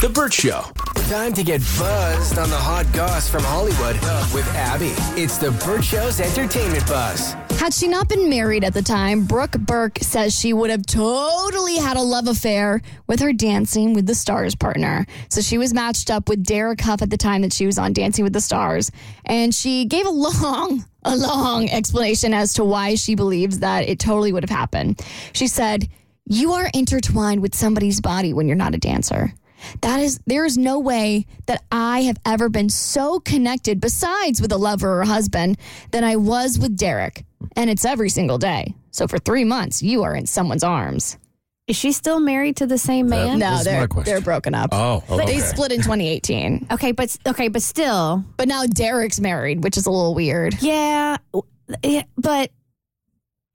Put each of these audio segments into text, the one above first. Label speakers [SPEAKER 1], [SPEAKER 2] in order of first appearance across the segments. [SPEAKER 1] The Burt Show.
[SPEAKER 2] Time to get buzzed on the hot goss from Hollywood with Abby. It's the Burt Show's entertainment buzz.
[SPEAKER 3] Had she not been married at the time, Brooke Burke says she would have totally had a love affair with her Dancing with the Stars partner. So she was matched up with Derek Huff at the time that she was on Dancing with the Stars. And she gave a long, a long explanation as to why she believes that it totally would have happened. She said, You are intertwined with somebody's body when you're not a dancer. That is, there is no way that I have ever been so connected, besides with a lover or husband, than I was with Derek. And it's every single day. So for three months, you are in someone's arms.
[SPEAKER 4] Is she still married to the same man?
[SPEAKER 3] No,
[SPEAKER 1] is my
[SPEAKER 3] they're,
[SPEAKER 1] question.
[SPEAKER 3] they're broken up.
[SPEAKER 1] Oh,
[SPEAKER 3] They
[SPEAKER 1] okay.
[SPEAKER 3] split in 2018.
[SPEAKER 4] Okay, but okay, but still,
[SPEAKER 3] But now Derek's married, which is a little weird.
[SPEAKER 4] yeah, w- yeah, but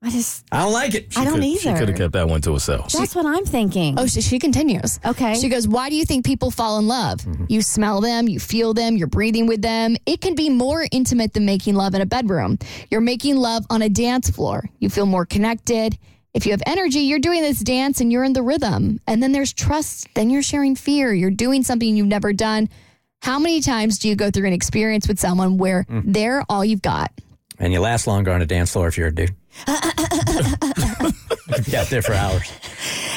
[SPEAKER 4] I just
[SPEAKER 1] I don't like it.
[SPEAKER 4] I don't
[SPEAKER 5] could, She
[SPEAKER 4] either.
[SPEAKER 5] could have kept that one to herself.
[SPEAKER 4] that's what I'm thinking.
[SPEAKER 3] Oh, she, she continues.
[SPEAKER 4] Okay.
[SPEAKER 3] She goes, Why do you think people fall in love? You smell them, you feel them, you're breathing with them. It can be more intimate than making love in a bedroom. You're making love on a dance floor. You feel more connected. If you have energy, you're doing this dance and you're in the rhythm. And then there's trust. Then you're sharing fear. You're doing something you've never done. How many times do you go through an experience with someone where they're all you've got?
[SPEAKER 6] And you last longer on a dance floor if you're a dude. Be out there for hours.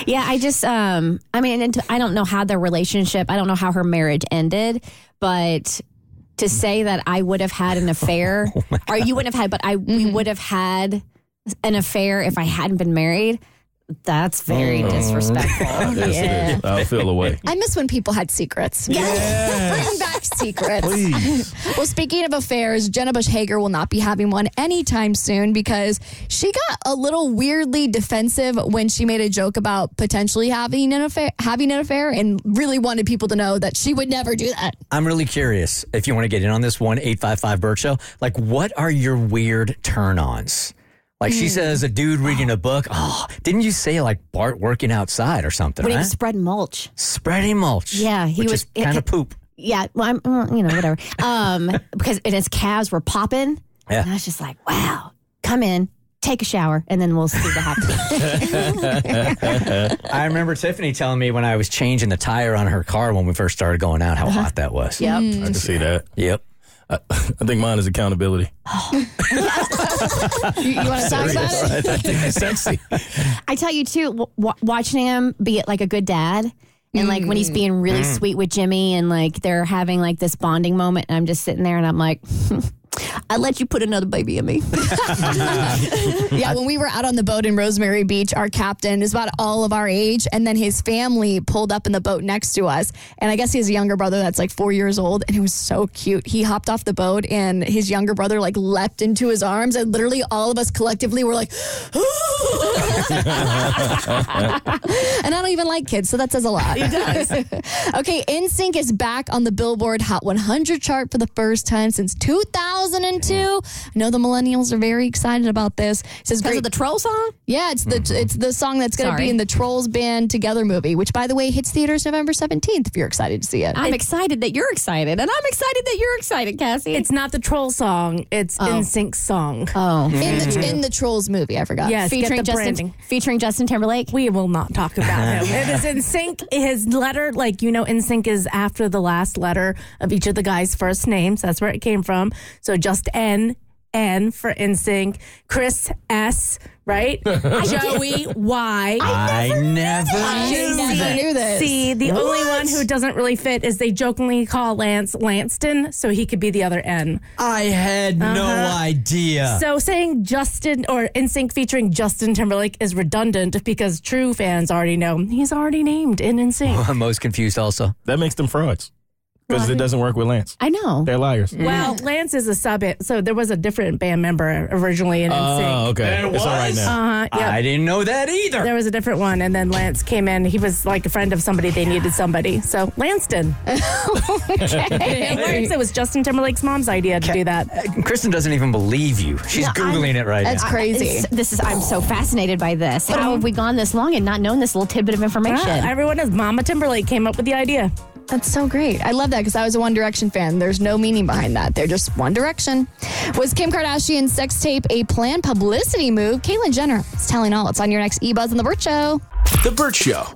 [SPEAKER 4] Yeah, I just, um, I mean, and I don't know how their relationship, I don't know how her marriage ended, but to say that I would have had an affair, or you wouldn't have had, but I we
[SPEAKER 3] Mm-hmm.
[SPEAKER 4] would have had an affair if I hadn't been married. That's very disrespectful.
[SPEAKER 5] Yes, it
[SPEAKER 3] Yeah.
[SPEAKER 5] is. I'll feel away.
[SPEAKER 3] I miss when people had secrets. Bring back secrets.
[SPEAKER 5] Please.
[SPEAKER 3] Well, speaking of affairs, Jenna Bush Hager will not be having one anytime soon because she got a little weirdly defensive when she made a joke about potentially having an affair, having an affair, and really wanted people to know that she would never do that.
[SPEAKER 6] I'm really curious if you want to get in on this one eight five five Bird Show. Like, what are your weird turn ons? Like, she says, a dude reading a book. Oh, didn't you say like Bart working outside or something?
[SPEAKER 4] Would
[SPEAKER 6] Right?
[SPEAKER 4] have spread mulch.
[SPEAKER 6] Spreading mulch.
[SPEAKER 4] Yeah, he
[SPEAKER 6] which
[SPEAKER 4] was-
[SPEAKER 6] is kind of poop.
[SPEAKER 4] Yeah, well, I'm, mm, you know, whatever. Um, because and his calves were popping.
[SPEAKER 6] Yeah.
[SPEAKER 4] And I was just like, wow, come in, take a shower, and then we'll see what happens.
[SPEAKER 6] I remember Tiffany telling me when I was changing the tire on her car when we first started going out how hot that was.
[SPEAKER 4] yep.
[SPEAKER 5] I can see that.
[SPEAKER 6] Yep.
[SPEAKER 5] I, I think mine is accountability.
[SPEAKER 3] You, want to talk about it?
[SPEAKER 5] I think it's sexy.
[SPEAKER 4] I tell you too, w- w- watching him be like a good dad, and like when he's being really sweet with Jimmy, and like they're having like this bonding moment, and I'm just sitting there, and I'm like, I let you put another baby in me.
[SPEAKER 3] Yeah, when we were out on the boat in Rosemary Beach, our captain is about all of our age, and then his family pulled up in the boat next to us. And I guess he has a younger brother that's like four years old, and it was so cute. He hopped off the boat, and his younger brother like leapt into his arms, and literally all of us collectively were like, "Oh, and I don't even like kids, so that says a lot. It does. okay, NSYNC is back on the Billboard Hot 100 chart for the first time since 2002. I know the millennials are very excited about this. It says
[SPEAKER 4] Because
[SPEAKER 3] great.
[SPEAKER 4] of the troll song? Hmm.
[SPEAKER 3] yeah, it's the it's the song that's going to
[SPEAKER 4] Sorry.
[SPEAKER 3] be in the Trolls Band Together movie, which by the way hits theaters November 17th. If you're excited to see it,
[SPEAKER 4] I'm excited that you're excited, and I'm excited that you're excited, Cassie.
[SPEAKER 7] It's not the troll song. It's NSYNC song.
[SPEAKER 4] oh.
[SPEAKER 3] in the in the Trolls movie, I forgot.
[SPEAKER 7] Yes,
[SPEAKER 4] Featuring
[SPEAKER 7] get the
[SPEAKER 4] Justin,
[SPEAKER 7] branding.
[SPEAKER 4] featuring Justin Timberlake.
[SPEAKER 7] We will not talk about him. It is in sync. His letter, like you know, in sync is after the last letter of each of the guys' first names. That's where it came from. So just N, N for in sync. Chris S, right? Joey Y.
[SPEAKER 6] I never
[SPEAKER 3] knew
[SPEAKER 7] Juicy
[SPEAKER 3] that. knew this.
[SPEAKER 7] C. The only one who doesn't really fit is they jokingly call Lance Lanston, so he could be the other N.
[SPEAKER 6] I had no idea.
[SPEAKER 7] So saying Justin or NSYNC featuring Justin Timberlake is redundant because true fans already know he's already named in
[SPEAKER 5] Oh.
[SPEAKER 7] NSYNC.
[SPEAKER 6] I'm most confused also.
[SPEAKER 5] That makes them frauds because it doesn't work with Lance.
[SPEAKER 4] I know.
[SPEAKER 5] They're liars.
[SPEAKER 7] Well, Lance is a sub, so there was a different band member originally in NSYNC.
[SPEAKER 5] Oh, okay. It's all right now.
[SPEAKER 7] Uh, yeah,
[SPEAKER 6] I didn't know that either.
[SPEAKER 7] there was a different one, and then Lance came in. He was like a friend of somebody. They needed somebody, so Lanston. It works. It was Justin Timberlake's mom's idea to do that.
[SPEAKER 6] Kristen doesn't even believe you. She's Googling it right
[SPEAKER 3] That's
[SPEAKER 6] now.
[SPEAKER 3] crazy.
[SPEAKER 4] It's- This is. I'm so fascinated by this. How have we gone this long and not known this little tidbit of information?
[SPEAKER 7] Yeah, Ah, everyone knows Mama Timberlake came up with the idea.
[SPEAKER 3] That's so great. I love that because I was a One Direction fan. There's no meaning behind that. They're just One Direction. Was Kim Kardashian's sex tape a planned publicity move? Caitlyn Jenner is telling all. It's on your next E Buzz on the Burt Show.
[SPEAKER 1] The Burt Show.